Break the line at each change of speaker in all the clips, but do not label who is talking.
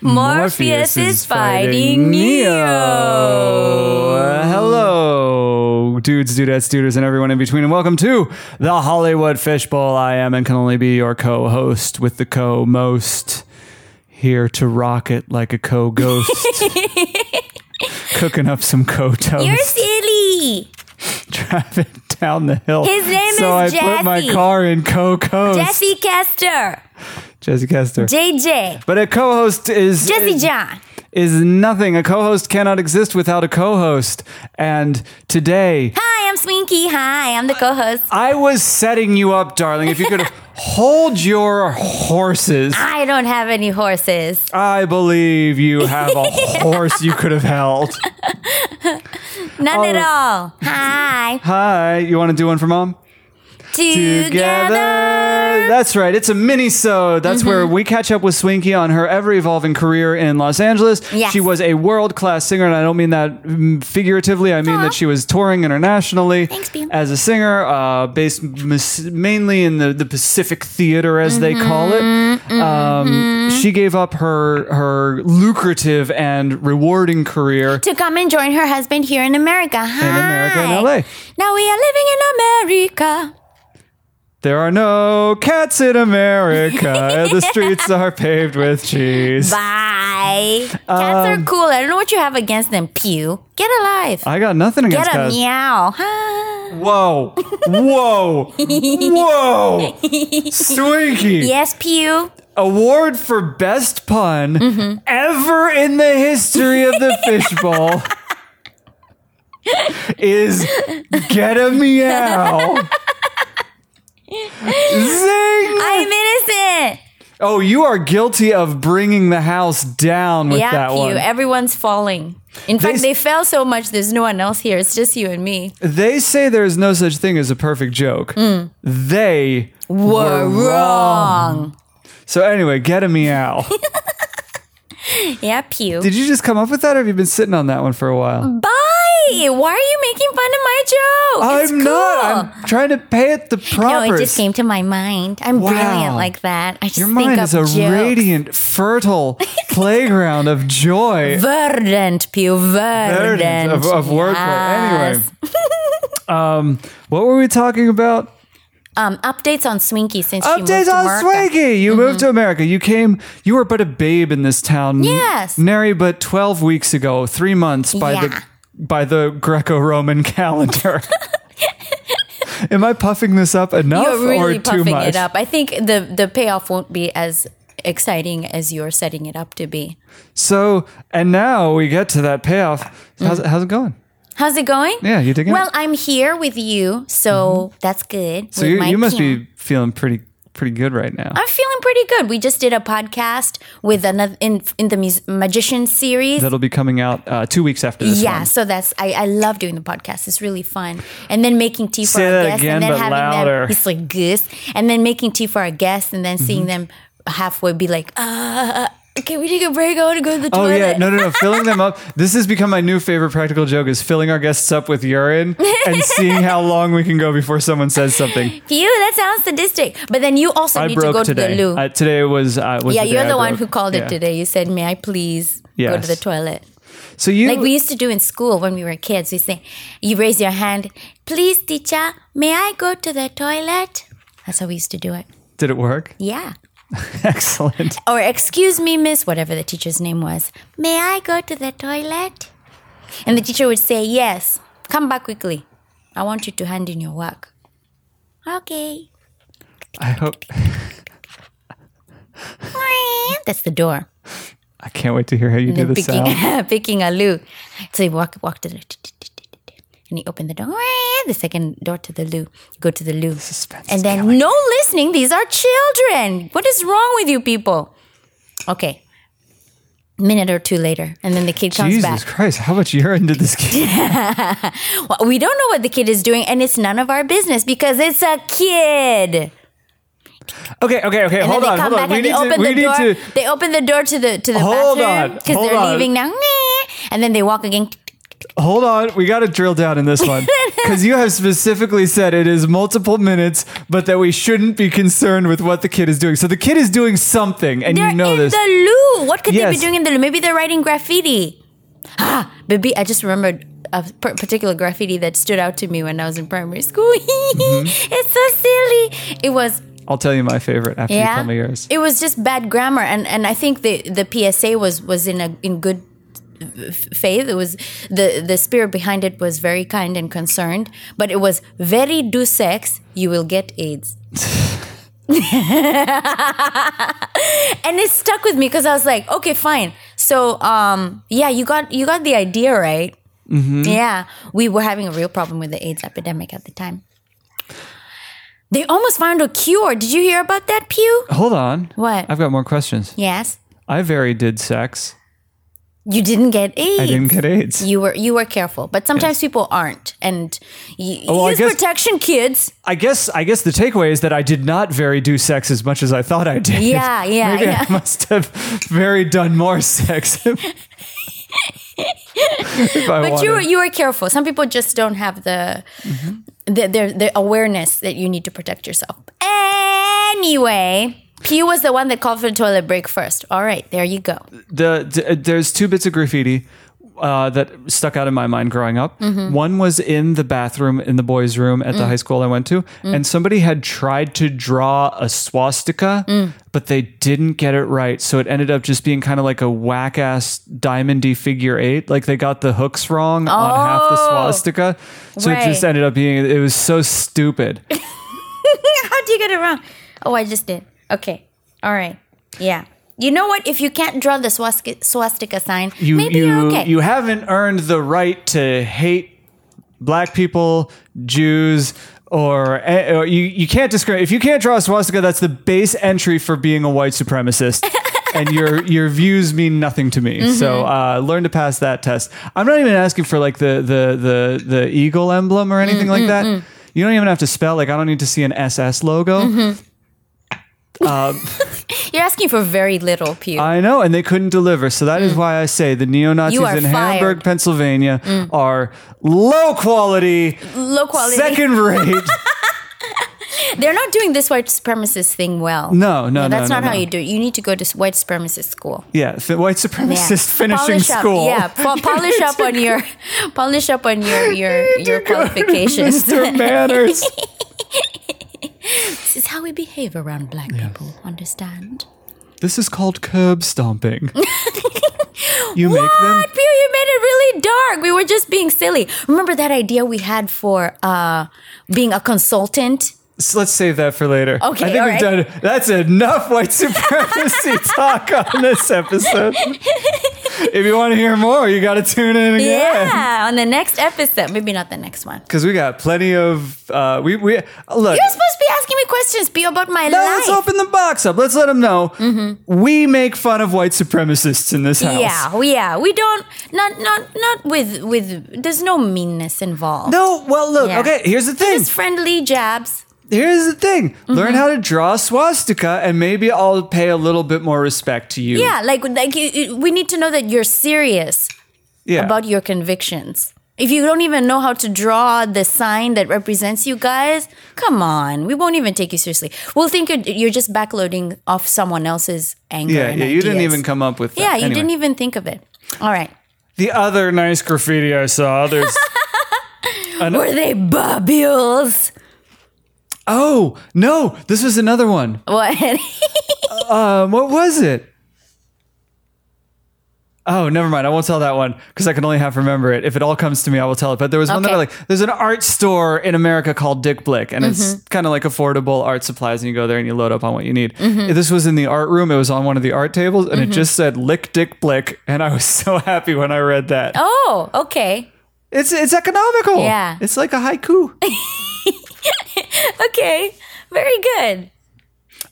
Morpheus is fighting Neo.
Hello, dudes, dudettes, dudes, and everyone in between, and welcome to the Hollywood Fishbowl. I am and can only be your co-host with the co-most here to rock it like a co-ghost. Cooking up some co-toast.
You're silly.
driving down the hill.
His name
so
is
I put my
Jesse.
car in co-host.
Jesse Kester.
Jesse Kester.
JJ.
but a co-host is
Jesse John.
is nothing. A co-host cannot exist without a co-host. And today,
Hi, I'm Swinky. Hi, I'm the co-host.
I was setting you up, darling. If you could hold your horses,
I don't have any horses.
I believe you have a horse you could have held.
None at all. Hi.
Hi, you want to do one for mom?
Together.
That's right. It's a mini sode. That's where
Mm-hmm.
we catch up with Swinky on her ever evolving career in Los Angeles.
Yes.
She was a world class singer, and I don't mean that mm, figuratively. I mean
Aw.
that she was touring internationally
Thanks, Beam.
as a singer, uh, based mis- mainly in the, the Pacific Theater, as they
Mm-hmm.
call it. Um, she gave up her her lucrative and rewarding career.
To come and join her husband here in America. Hi.
America, in LA.
Now we are living in America.
There are no cats in America. the streets are paved with cheese.
Bye. Cats are cool. I don't know what you have against them, Pew. Get alive.
I got nothing against
Get a
cats.
meow. Hi.
Whoa, whoa, whoa! Swinky,
Yes, Pew.
award for best pun
Mm-hmm.
ever in the history of the fishbowl is "Get a meow." Zing!
I'm innocent.
Oh, you are guilty of bringing the house down with
yeah,
that
Pew.
one.
Everyone's falling. In
They
fact,
s-
they fell so much. There's no one else here. It's just you and me.
They say there is no such thing as a perfect joke. They
Mm. Were wrong.
So anyway, get a meow.
Yeah, Pew.
Did you just come up with that, or have you been sitting on that one for a while?
Bye. Why are you making fun of my joke? It's
I'm not.
cool.
I'm trying to pay it the proper.
no, it just came to my mind. I'm
Wow.
brilliant like that. I just
Your
think
mind
up
is a
jokes.
radiant, fertile playground of joy.
Verdant, Pew. Verdant.
Verdant of- of wordplay. Anyway.
Yes.
Um, What were we talking about?
Um, updates on Swinky since she moved
Updates
to
on
America. Mm-hmm.
Swiggy. You moved to America. You came. You were but a babe in this town.
Yes.
Nary but twelve weeks ago, three months by
Yeah.
the by the Greco-Roman calendar. Am I puffing this up enough
You're really
or too
puffing
much?
it up. I think the the payoff won't be as exciting as you're setting it up to be.
So, and now we get to that payoff. How's, how's it going?
How's it going?
Yeah, you digging
Mm. Well,
it?
I'm here with you, so that's good.
So you, you must be feeling pretty pretty good right now.
I'm feeling pretty good. We just did a podcast with another in in the mus- magician series.
That'll be coming out uh, two weeks after this.
yeah,
one.
so that's I, I love doing the podcast. It's really fun, and then making tea for
Say
our
that
guests,
again,
and then
but
having
louder.
them. It's like goose, and then making tea for our guests, and then seeing them
Mm-hmm.
halfway be like, uh, "Can we take a break? I want to go to the
Oh
toilet."
yeah, no, no, no. filling them up. This has become my new favorite practical joke: is filling our guests up with urine and seeing how long we can go before someone says something.
Phew, that sounds sadistic. But then you also
I
need to
broke
go
today.
to the loo.
Uh, today was, uh, was
yeah,
the day
you're
I
the one
broke.
who called
Yeah.
it today. You said, "May I please go
Yes.
to the toilet?"
So you
Like we used to do in school when we were kids. We say, "You raise your hand, please, teacher. May I go to the toilet?" That's how we used to do it.
did it work?
Yeah.
Excellent.
Or excuse me, miss, whatever the teacher's name was. May I go to the toilet? And the teacher would say, "Yes. Come back quickly. I want you to hand in your work." Okay.
I hope.
That's the door.
I can't wait to hear how you do
and
the
picking
sound.
picking a loo. So he walk walked to the and he opened the door, the second door to the loo. Go to the loo,
suspense
and
is
then no listening. These are children. What is wrong with you people? Okay, minute or two later, and then the kid comes
Jesus
back.
Christ! How much urine did this kid?
Well, we don't know what the kid is doing, and it's none of our business because it's a kid.
Okay, okay, okay.
And
hold
then
on,
they come
hold
back
on.
and
We
they
need to.
open
We
the door.
need to.
They open the door to the to the
Hold on,
bathroom because
hold
they're
on.
leaving now. And then they walk again.
Hold on, we got to drill down in this one because you have specifically said it is multiple minutes, but that we shouldn't be concerned with what the kid is doing. So the kid is doing something, and
They're
you know
in
this.
the loo. What could they
Yes.
be doing in the loo? Maybe they're writing graffiti. Ah, baby, I just remembered a par- particular graffiti that stood out to me when I was in primary school.
Mm-hmm.
It's so silly. It was
I'll tell you my favorite after you
yeah.
tell me yours.
It was just bad grammar, and and I think the the PSA was was in a in good f- faith. It was the the spirit behind it was very kind and concerned, but it was very do sex, you will get AIDS. and it stuck with me because I was like, okay, fine. So, um, yeah, you got you got the idea, right? Yeah, we were having a real problem with the AIDS epidemic at the time. They almost found a cure. Did you hear about that, Pew?
Hold on.
What?
I've got more questions.
Yes.
I very did sex.
You didn't get AIDS.
I didn't get AIDS.
You were you were careful, but sometimes people aren't. And y-
well, Oh, I
use
guess- Oh,
protection, kids.
I guess I guess the takeaway is that I did not very do sex as much as I thought I did.
Yeah, yeah,
Maybe
yeah.
I must have very done more sex. if I
But
wanted.
you were you were careful. Some people just don't have the
Mm-hmm.
the, their the awareness that you need to protect yourself. Anyway, Pew was the one that called for the toilet break first. All right, there you go.
the, d- uh, there's two bits of graffiti uh, that stuck out in my mind growing up.
Mm-hmm.
One was in the bathroom in the boys' room at
Mm.
the high school I went to, and somebody had tried to draw a swastika,
Mm.
but they didn't get it right, so it ended up just being kind of like a whack ass diamondy figure eight. Like they got the hooks wrong on half the
Oh.
swastika, so it just
Right.
ended up being it was so stupid.
How do you get it wrong? Oh, I just did. Okay. All right. Yeah. You know what? If you can't draw the swastika, swastika sign,
you
maybe
you
are okay.
you haven't earned the right to hate black people, Jews, or, eh, or you you can't discriminate. If you can't draw a swastika, that's the base entry for being a white supremacist. and your your views mean nothing to
Mm-hmm.
me. So uh, learn to pass that test. I'm not even asking for like the the the the eagle emblem or
Mm-hmm,
anything like that. You don't even have to spell. Like I don't need to see an SS logo.
Mm-hmm. You're asking for very little, Pew.
I know, and they couldn't deliver. So that is why I say the neo
Mm.
Nazis
You are
in
fired.
Hamburg, Pennsylvania, are low quality,
Low quality.
second rate.
They're not doing this white supremacist thing well.
No, no, no,
That's
no,
not how
no.
you do it. You need to go to s- white supremacist school.
yeah, the white
Yeah.
supremacist finishing
polish
school.
Up. Yeah, po- polish up on your, polish up on your your your qualifications.
Mr. Manners.
this is how we behave around black people. Understand?
this is called curb stomping. You make them.
What? Pew, you made it really dark. We were just being silly. Remember that idea we had for uh, being a consultant?
So let's save that for later.
Okay,
I think
all
we've
right.
done. That's enough white supremacy talk on this episode. if you want to hear more, you got to tune in again.
Yeah, on the next episode. Maybe not the next one.
Because we got plenty of uh, we we look.
You're supposed to be asking me questions, Pio, about my
Now
life. Mm-hmm.
let's open the box up. Let's let them know we make fun of white supremacists in this house.
Yeah, yeah. We don't not not not with with there's no meanness involved.
No, well, look.
Yeah.
Okay, here's the thing.
Just friendly jabs.
Here's the thing.
Mm-hmm.
Learn how to draw a swastika, and maybe I'll pay a little bit more respect to you.
Yeah, like like you, you- we need to know that you're serious
yeah.
about your convictions. If you don't even know how to draw the sign that represents you guys, come on. We won't even take you seriously. We'll think you're, you're just backloading off someone else's anger.
yeah,
and
yeah. You didn't
ideas.
even come up with that.
Yeah, you
Anyway.
didn't e- even think of it. All right.
The other nice graffiti I saw. There's
Were they bubbles?
oh no, this was another one.
What?
Um, what was it? Oh, never mind. I won't tell that one because I can only half remember it. If it all comes to me, I will tell it. But there was one that I
Okay.
like. There's an art store in America called Dick Blick, and
Mm-hmm.
it's kind of like affordable art supplies. And you go there and you load up on what you need.
Mm-hmm.
This was in the art room. It was on one of the art tables, and it just said "Lick Dick Blick," and I was so happy when I read that.
oh, okay.
It's it's economical.
Yeah.
it's like a haiku.
Okay. Very good.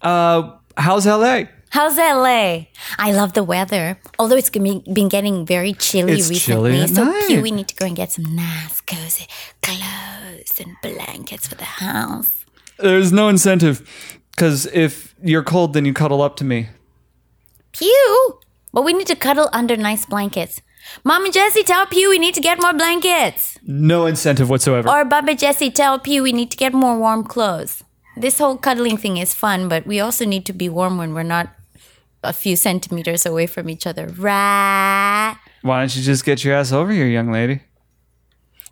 uh, how's LA?
How's LA? I love the weather. Although it's been been getting very chilly
It's
recently.
chilly at
so
night.
cute. We need to go and get some nice, cozy clothes and blankets for the house.
There's no incentive because if you're cold, then you cuddle up to me.
Pew! But we need to cuddle under nice blankets. Mom and Jesse, tell Pew we need to get more blankets.
No incentive whatsoever.
Or Baba Jesse, tell Pew we need to get more warm clothes. This whole cuddling thing is fun, but we also need to be warm when we're not a few centimeters away from each other. Right?
Why don't you just get your ass over here, young lady?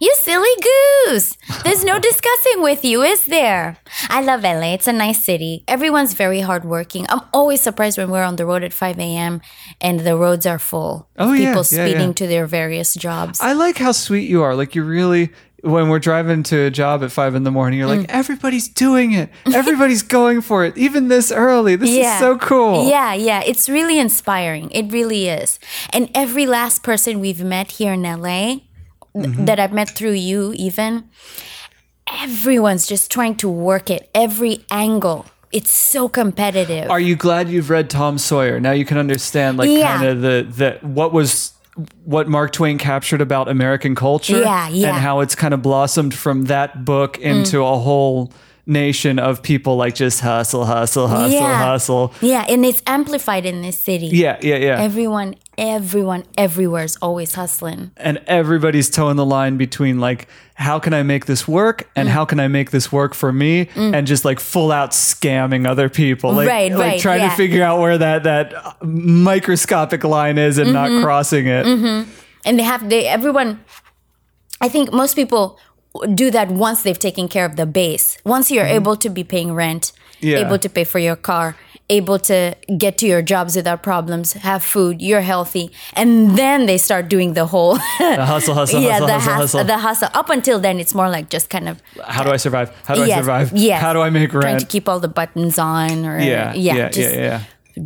You silly goose! There's no discussing with you, is there? I love LA. It's a nice city. Everyone's very hardworking. I'm always surprised when we're on the road at 5 a.m. and the roads are full. of
Oh, yeah,
People
yeah,
speeding
yeah. Ah,
to their various jobs.
I like how sweet you are. Like you really when we're driving to a job at five in the morning, you're like,
Mm.
everybody's doing it. Everybody's going for it. Even this early. This is so cool.
Yeah, yeah. It's really inspiring. It really is. And every last person we've met here in LA, th-
Mm-hmm.
that I've met through you, even, everyone's just trying to work it every angle. It's so competitive.
Are you glad you've read Tom Sawyer? Now you can understand like
Yeah.
kind of the the what was what Mark Twain captured about American culture
Yeah, yeah. Mm.
and how it's kind of blossomed from that book into a whole nation of people like just hustle, hustle, hustle,
Yeah.
hustle.
yeah, and it's amplified in this city.
Yeah, yeah, yeah.
Everyone, everyone, everywhere is always hustling.
and everybody's toeing the line between like how can i make this work and
Mm.
how can i make this work for me and just like full out scamming other people like,
Right,
like
right,
trying
yeah.
to figure out where that that microscopic line is and
Mm-hmm.
not crossing it
and they have they everyone i think most people do that once they've taken care of the base once you're able to be paying rent
Mm-hmm. Yeah.
able to pay for your car able to get to your jobs without problems have food you're healthy and then they start doing the whole
the hustle hustle
yeah
hustle
the,
hustle
hustle,
hustle
the hustle up until then it's more like just kind of
how do i survive how do
yes,
i survive
yes.
how do i make
trying to
rent
keep all the buttons on or
yeah yeah yeah
just-
yeah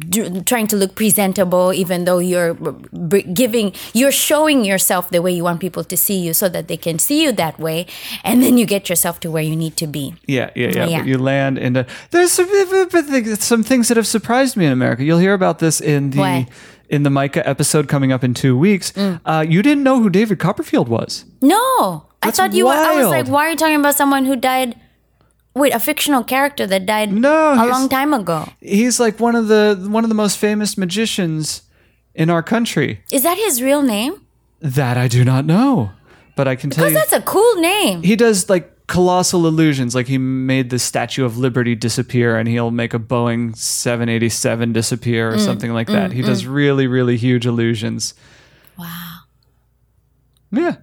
do, trying to look presentable, even though you're b- b- giving, you're showing yourself the way you want people to see you so that they can see you that way. And then you get yourself to where you need to be.
Yeah, yeah, yeah.
Oh, Yeah.
But you land in the there's some, but- but the- some things that have surprised me in America. You'll hear about this in the
What? Mm.
in the Micah episode coming up in two weeks. Uh, you didn't know who David Copperfield was.
No, I
That's
thought you were, I was
wild.
like, why are you talking about someone who died? Wait, a fictional character that died
No,
a
he's-
long time ago.
He's like one of the one of the most famous magicians in our country.
Is that his real name?
That I do not know, but I can tell you
That's a cool name.
he does like colossal illusions. Like he made the Statue of Liberty disappear, and he'll make a Boeing 787 disappear or something like that. he does really, really huge illusions.
Wow.
Yeah.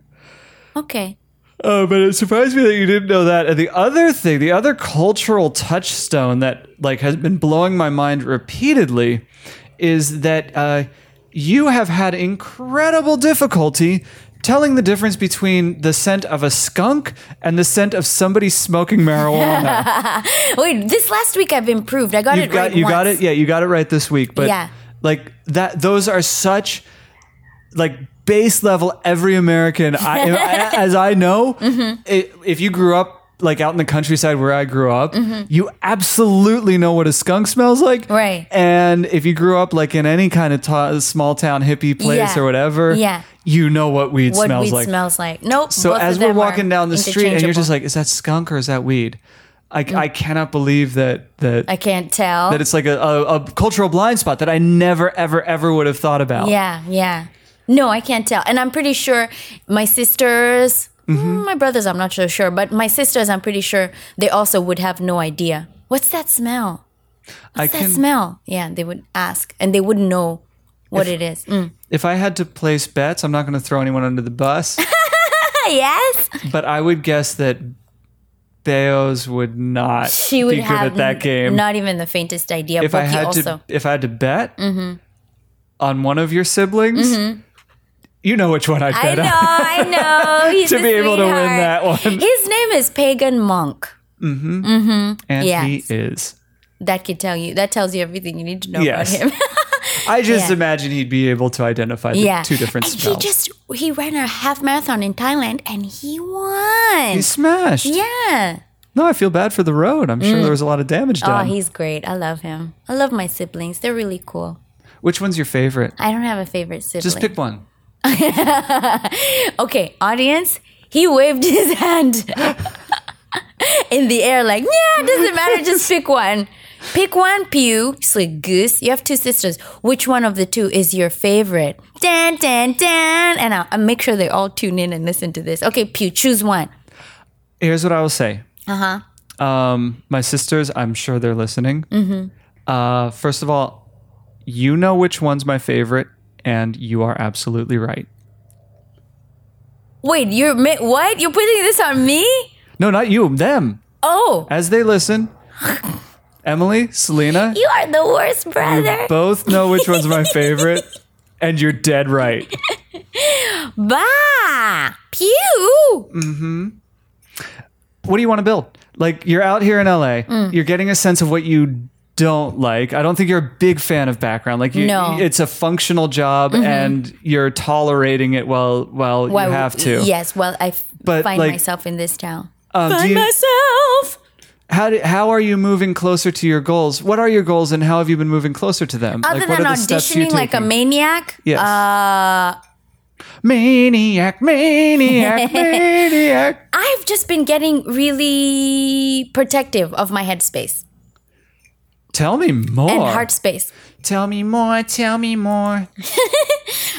Okay.
Uh, but it surprised me that you didn't know that. And the other thing, the other cultural touchstone that like has been blowing my mind repeatedly, is that uh, you have had incredible difficulty telling the difference between the scent of a skunk and the scent of somebody smoking marijuana.
Wait, this last week I've improved. I got
you
it
got
right
you got
once.
it. Yeah, you got it right this week. But
Yeah.
like that, those are such like base level. Every American, I, I- as I know,
Mm-hmm.
i- if you grew up. Like out in the countryside where I grew up,
Mm-hmm.
you absolutely know what a skunk smells like.
Right.
And if you grew up like in any kind of ta- small town hippie place
Yeah.
or whatever,
Yeah.
you know what weed
What
smells
weed
like.
smells like. Nope.
So
both of
as we're
them are
walking down the street and
interchangeable.
you're
Mm.
just like, is that skunk or is that weed? I, I cannot believe that that
I can't tell.
that it's like a, a, a cultural blind spot that I never, ever, ever would have thought about.
Yeah, yeah. No, I can't tell. And I'm pretty sure my sisters,
Mm-hmm.
mm, my brothers, I'm not so sure, but my sisters, I'm pretty sure they also would have no idea. What's that smell?
I
What's that
can,
smell? Yeah, they would ask and they wouldn't know what it is. Mm.
if I had to place bets, I'm not going to throw anyone under the bus, Oh,
Yes.
but I would guess that Beos would not
She would
be good
have
at that game.
not even the faintest idea.
if I
Bucky
had
also. Mm-hmm.
to, if I had to bet on one of your siblings, you know which one I'd
I
bet
know,
on
I know. He's
to
a
be able to win
sweetheart.
that one,
His name is Pagan Monk.
and
Yes.
he is.
That could tell you. That tells you everything you need to know
Yes.
about him.
I just
Yeah.
imagine he'd be able to identify the
yeah.
two different
and
smells.
He just he ran a half marathon in Thailand and he won.
he smashed.
yeah.
No, I feel bad for the road. I'm sure there was a lot of damage
Oh,
done.
he's great. I love him. I love my siblings. They're really cool.
Which one's your favorite?
I don't have a favorite sibling.
Just pick one.
okay, audience. He waved his hand in the air like, yeah, it doesn't matter, just pick one. Pick one pew. It's like goose. You have two sisters. Which one of the two is your favorite? Dan, dan, dan. And I'll, I'll make sure they all tune in and listen to this. Okay, pew, choose one.
Here's what I will say.
Uh huh.
Um, my sisters, I'm sure they're listening. Mm-hmm. Uh, first of all, you know which one's my favorite, and you are absolutely right.
Wait, you're ma- what? You're putting this on me?
No, not you, them.
Oh,
As they listen, Emily, Selena,
you are the worst brother.
both know which one's my favorite, and you're dead right.
Bah! Pew!
what do you want to build? Like you're out here in LA,
Mm.
you're getting a sense of what you don't like. I don't think you're a big fan of background. Like you,
No. Mm-hmm.
it's a functional job and you're tolerating it while while
Well,
you have to.
Yes, well, I f-
But,
find
like-
myself in this town.
Um, do you-
myself!
how do, how are you moving closer to your goals? What are your goals and how have you been moving closer to them?
Other
what
than
are the steps you're
auditioning like a
taking?
maniac,
Yes.
uh,
maniac, maniac, maniac.
I've just been getting really protective of my headspace
Tell me more.
and heart space.
tell me more. Tell me more.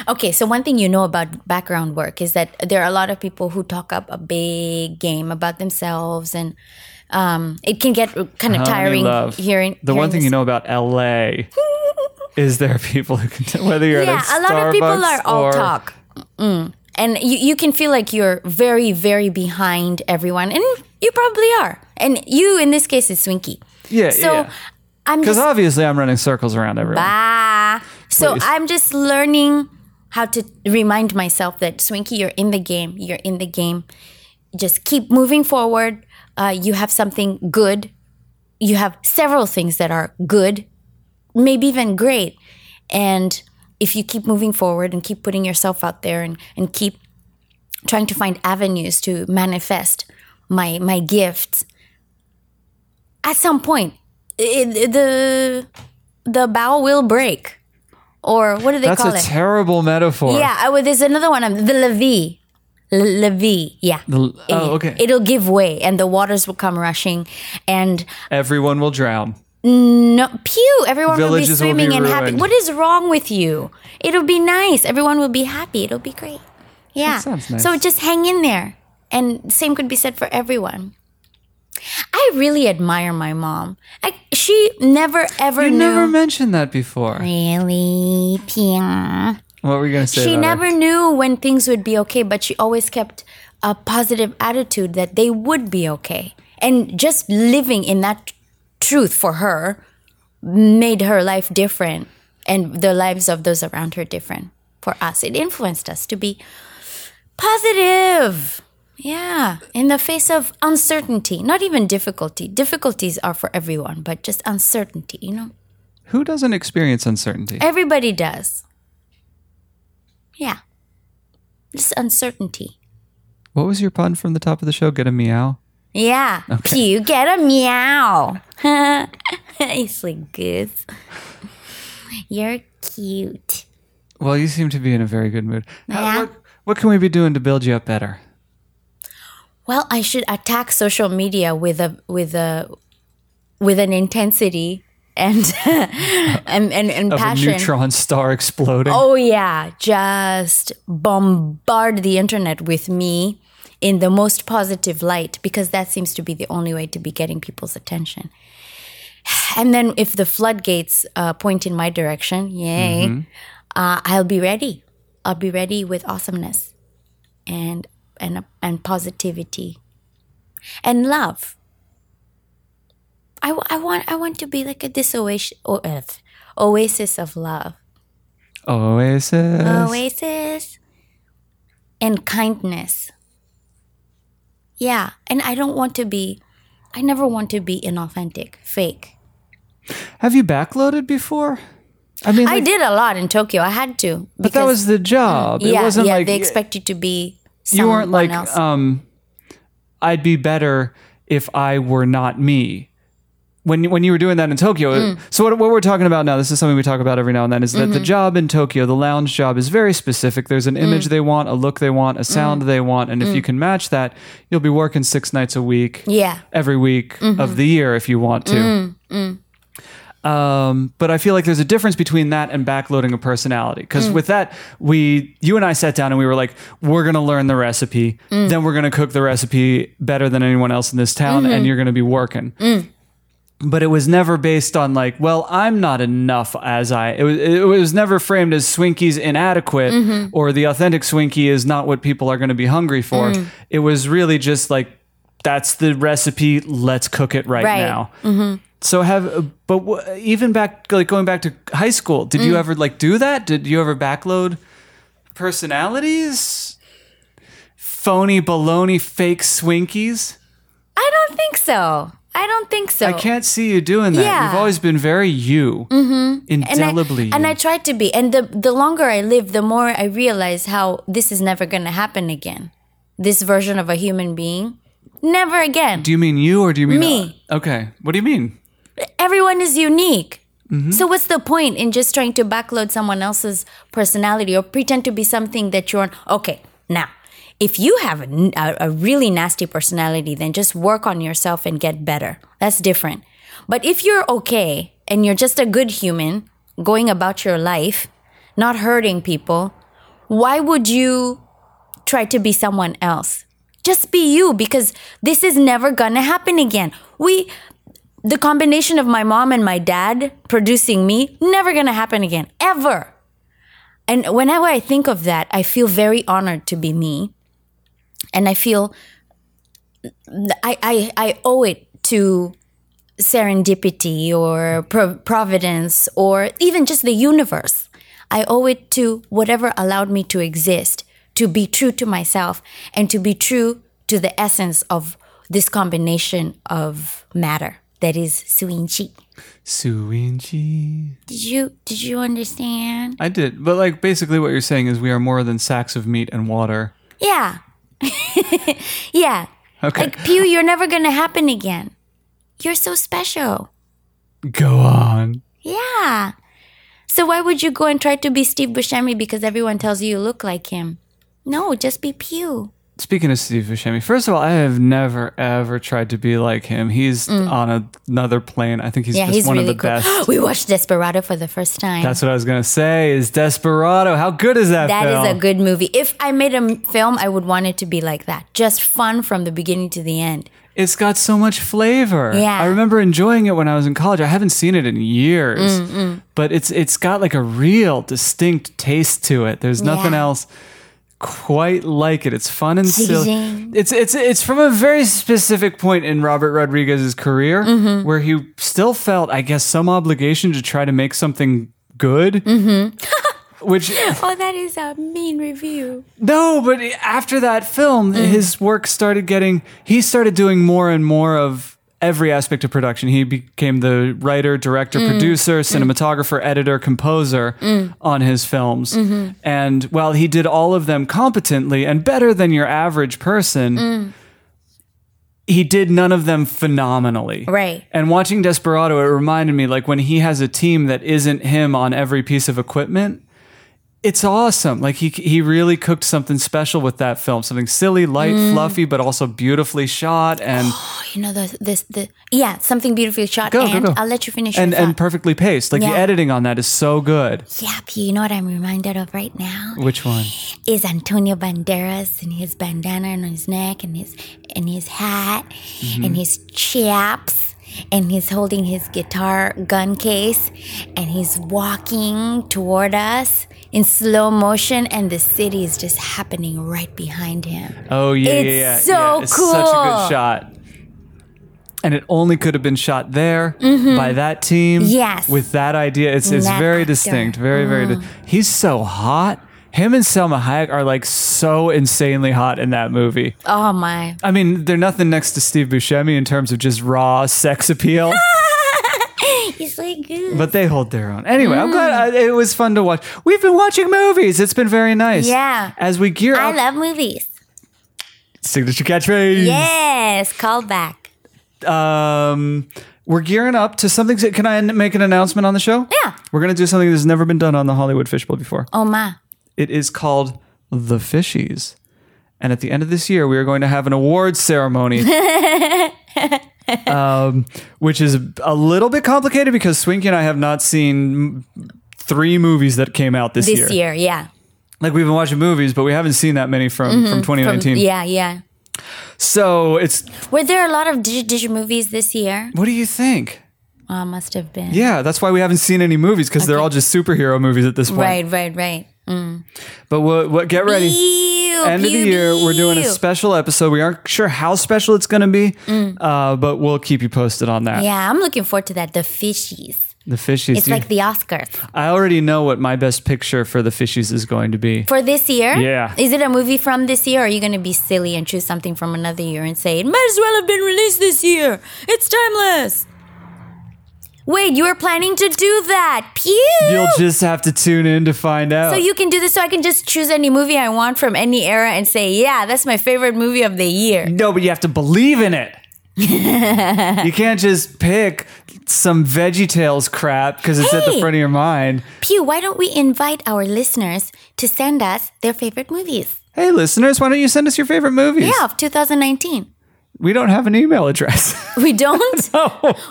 Okay, so one thing you know about background work is that there are a lot of people who talk up a big game about themselves, and um, it can get kind of
Tell me
tiring
love.
hearing.
The one thing you know about LA is there are people who can tell whether you're
yeah,
at
a
a,
lot of people
Starbucks
are all
or-
talk. Mm. And you, you can feel like you're very, very behind everyone. And you probably are. And you, in this case, is Swinky.
Yeah,
So
yeah.
I'm
Because
just.
obviously I'm running circles around everyone.
Ah. So
Please.
I'm just learning how to remind myself that Swinky, you're in the game. You're in the game. Just keep moving forward. Uh, you have something good. You have several things that are good, maybe even great. And if you keep moving forward and keep putting yourself out there and, and keep trying to find avenues to manifest my my gifts, at some point, it, the the bow will break, or what do they
That's
call
a
it?
terrible metaphor.
yeah, I, would- there's another one. um, The levee, L- levee. Yeah.
The- oh, okay.
It'll give way, and the waters will come rushing, and
everyone will drown.
no, pew, everyone will be
Villages will be
swimming and happy.
ruined.
What is wrong with you? It'll be nice. Everyone will be happy. It'll be great. Yeah.
sounds nice.
So just hang in there. And same could be said for everyone. I really admire my mom. I, she never ever
You
knew.
never mentioned that before.
really, Pia.
What were you going to say?
She
about
never
her?
knew when things would be okay, but she always kept a positive attitude that they would be okay. And just living in that t- truth for her made her life different and the lives of those around her different for us. It influenced us to be positive. Yeah, in the face of uncertainty, not even difficulty. Difficulties are for everyone, but just uncertainty, you know?
Who doesn't experience uncertainty?
Everybody does. Yeah. Just uncertainty.
What was your pun from the top of the show? Get a meow.
Yeah. Pew, get a meow. it's like goose. You're cute.
Well, you seem to be in a very good mood. How-
Yeah.
What, what can we be doing to build you up better?
Well, I should attack social media with a with a with an intensity and and and, and
Of
passion.
a neutron star exploding.
Oh yeah, just bombard the internet with me in the most positive light because that seems to be the only way to be getting people's attention. And then if the floodgates uh, point in my direction, yay, uh, I'll be ready. I'll be ready with awesomeness and and and positivity and love. I, wa- I want I want to be like a this oasis, oasis of love.
Oasis.
Oasis and kindness. Yeah, and I don't want to be, I never want to be inauthentic, fake.
Have you backloaded before? I mean,
I
like,
did a lot in Tokyo. I had to.
but that was the job.
yeah,
it wasn't
yeah.
like
they expect you to be.
you weren't like
else.
um i'd be better if i were not me when, you- when you were doing that in Tokyo,
Mm.
it- so what, what we're talking about now, this is something we talk about every now and then, is that
Mm-hmm.
the job in Tokyo, the lounge job, is very specific. There's an
Mm.
image they want, a look they want, a sound they want, and if you can match that, you'll be working six nights a week
yeah,
every week of the year if you want to. Um, but I feel like there's a difference between that and backloading a personality. Because with that, we, you and I sat down and we were like, we're going to learn the recipe. Then we're going to cook the recipe better than anyone else in this town. And you're going to be working. But it was never based on like, well, I'm not enough as I. It was, it was never framed as Swinky's inadequate or the authentic Swinky is not what people are going to be hungry for. It was really just like, that's the recipe. Let's cook it right,
Right.
now. So have, but w- even back, like going back to high school, did you ever like do that? Did you ever backload personalities? Phony, baloney, fake swinkies?
I don't think so. I don't think so.
I can't see you doing that.
Yeah.
You've always been very you, mm-hmm. indelibly.
And I, and I
you.
tried to be. And the, the longer I live, the more I realize how this is never going to happen again. This version of a human being. Never again.
do you mean you or do you mean
Me.
okay. What do you mean?
Everyone is unique. So, what's the point in just trying to backload someone else's personality or pretend to be something that you're Okay, now, if you have a, n- a- a really nasty personality, then just work on yourself and get better. That's different. But if you're okay and you're just a good human going about your life, not hurting people, why would you try to be someone else? Just be you because this is never gonna happen again. We, the combination of my mom and my dad producing me, never gonna happen again, ever. And whenever I think of that, I feel very honored to be me. And I feel I, I, I owe it to serendipity or pro- providence or even just the universe. I owe it to whatever allowed me to exist, to be true to myself, and to be true to the essence of this combination of matter that is Suinchi.
Suinji.
Did you did you understand?
I did, but like basically what you're saying is we are more than sacks of meat and water.
Yeah. yeah.
Okay,
Like Pew, you're never gonna happen again. You're so special.
go on.
Yeah. So why would you go and try to be Steve Buscemi because everyone tells you you look like him? No, just be Pew.
Speaking of Steve Buscemi, first of all, I have never ever tried to be like him. He's on a, another plane. I think he's
Mm. Yeah,
just
he's
one
really
of the best.
cool. we watched Desperado for the first time.
That's what I was gonna say. Is Desperado? How good is that?
That is
film?
a good movie. If I made a m- film, I would want it to be like that. Just fun from the beginning to the end.
It's got so much flavor.
Yeah.
I remember enjoying it when I was in college. I haven't seen it in years,
Mm,
but it's it's got like a real distinct taste to it. There's nothing
Yeah.
else quite like it. It's fun and silly.
Zing.
It's it's it's from a very specific point in Robert Rodriguez's career
Mm-hmm.
where he still felt, I guess, some obligation to try to make something good.
Mm-hmm.
Which
Oh, that is a mean review.
no, but after that film, his work started getting. He started doing more and more of every aspect of production. He became the writer, director, producer, cinematographer, editor, composer on his films. And while he did all of them competently and better than your average person, he did none of them phenomenally.
Right.
And watching Desperado, it reminded me like when he has a team that isn't him on every piece of equipment, it's awesome. Like he he really cooked something special with that film, something silly, light,
Mm.
fluffy, but also beautifully shot and
Oh, you know the this the yeah something beautifully shot.
Go, go,
and
go.
I'll let you finish.
and
your
and
thought.
perfectly paced. Like the
Yeah.
editing on that is so good.
yeah, Pew. You know what I'm reminded of right now?
Which one?
is Antonio Banderas and his bandana on his neck and his and his hat and his chaps and he's holding his guitar gun case and he's walking toward us in slow motion and the city is just happening right behind him.
Oh yeah,
It's
yeah, yeah.
so
yeah. It's Such a
cool.
good shot. And it only could have been shot there by that team.
Mm-hmm. Yes. Mm.
With that idea, it's it's
That
very
actor.
distinct. Very very. Di- He's so hot. Him and Selma Hayek are like so insanely hot in that movie.
Oh my.
I mean, they're nothing next to Steve Buscemi in terms of just raw sex appeal,
He's like good.
but they hold their own. Anyway, I'm
Mm.
glad I, it was fun to watch. We've been watching movies. It's been very nice.
Yeah.
As we gear
I
up,
love movies.
signature catchphrase.
Yes, call back.
um, we're gearing up to something. Can I make an announcement on the show?
Yeah.
We're going to do something that's never been done on the Hollywood Fishbowl before.
Oh my.
It is called The Fishies. And at the end of this year, we are going to have an awards ceremony um, which is a little bit complicated because Swinky and I have not seen m- three movies that came out this,
this year. Yeah.
Like we've been watching movies, but we haven't seen that many from from
Mm-hmm. From-
2019.
yeah, yeah.
So it's
Were there a lot of digi digi movies this year?
what do you think?
Oh, must have been.
Yeah, that's why we haven't seen any movies because they're all just superhero movies at this point.
Right, right, right.
But what? What? Get ready.
Pew,
End of the
pew,
year, we're doing a
pew.
special episode. We aren't sure how special it's going to be, uh, but we'll keep you posted on that.
Mm. Yeah, I'm looking forward to that. The fishies.
The fishies.
It's like the Oscars
I already know what my best picture for the fishies is going to be.
for this year.
Yeah.
Is it a movie from this year? Or are you going to be silly and choose something from another year and say it might as well have been released this year? It's timeless. Wait, you were planning to do that? Pew.
You'll just have to tune in to find out.
so you can do this. So I can just choose any movie I want from any era and say, yeah, that's my favorite movie of the year.
no, but you have to believe in it. you can't just pick some Veggie Tales crap because it's at the
Hey.
front of your mind.
Pew, why don't we invite our listeners to send us their favorite movies?
Hey, listeners, why don't you send us your favorite movies?
Yeah, of 2019.
We don't have an email address.
We don't?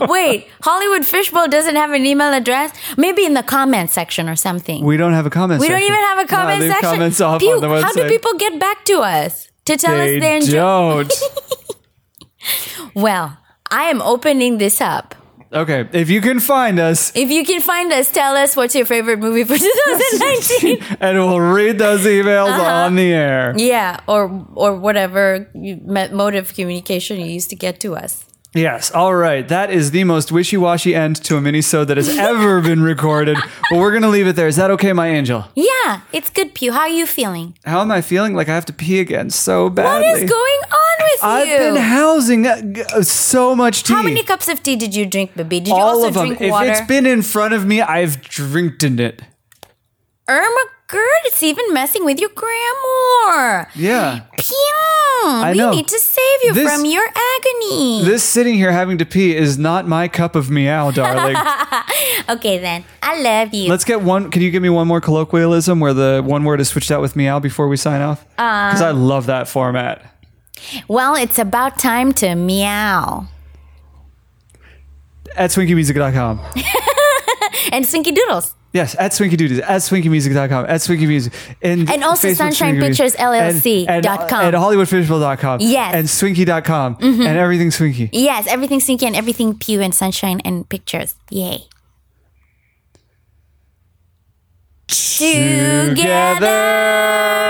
Wait, Hollywood Fishbowl doesn't have an email address? Maybe in the comment section or something.
we don't have a comment
We
section.
don't even have a
No,
comment
leave
section.
comments off
Pew,
on the website.
how do people get back to us to tell
they
us they enjoy?
don't.
Well, I am opening this up.
okay, if you can find us,
If you can find us, tell us what's your favorite movie for 2019.
and we'll read those emails on the air.
yeah, or or whatever you- me- mode of communication you used to get to us.
Yes. All right. That is the most wishy-washy end to a minisode that has ever been recorded. But we're gonna leave it there. Is that okay, my angel?
Yeah, it's good, Pew. How are you feeling?
How am I feeling? Like I have to pee again so
What
badly.
is going on with
I've
you?
been housing uh, g- uh, so much tea.
How many cups of tea did you drink, baby? Did you
All
also
of them.
drink
If
water?
it's been in front of me, I've drinked in it.
Irma Gerd, it's even messing with your grammar.
Yeah.
Pew!
I
we
know.
need to save you
This-
from your agony.
This sitting here having to pee is not my cup of meow, darling.
okay, then. I love you.
Let's get one. Can you give me one more colloquialism where the one word is switched out with meow before we sign off?
Um,
Because I love that format.
well, it's about time to meow.
At swinkymusic.com.
And Slinky Doodles.
Yes, at Swinky Duties, at SwinkyMusic.com, at Swinky Music. And,
And also
Swinky Music,
SunshinePicturesLLC
and-
dot com.
And, and HollywoodFishbowl.com.
Yes. Mm-hmm.
And Swinky.com. And everything Swinky.
Yes, everything Slinky and everything Pew and sunshine and pictures. Yay. Together.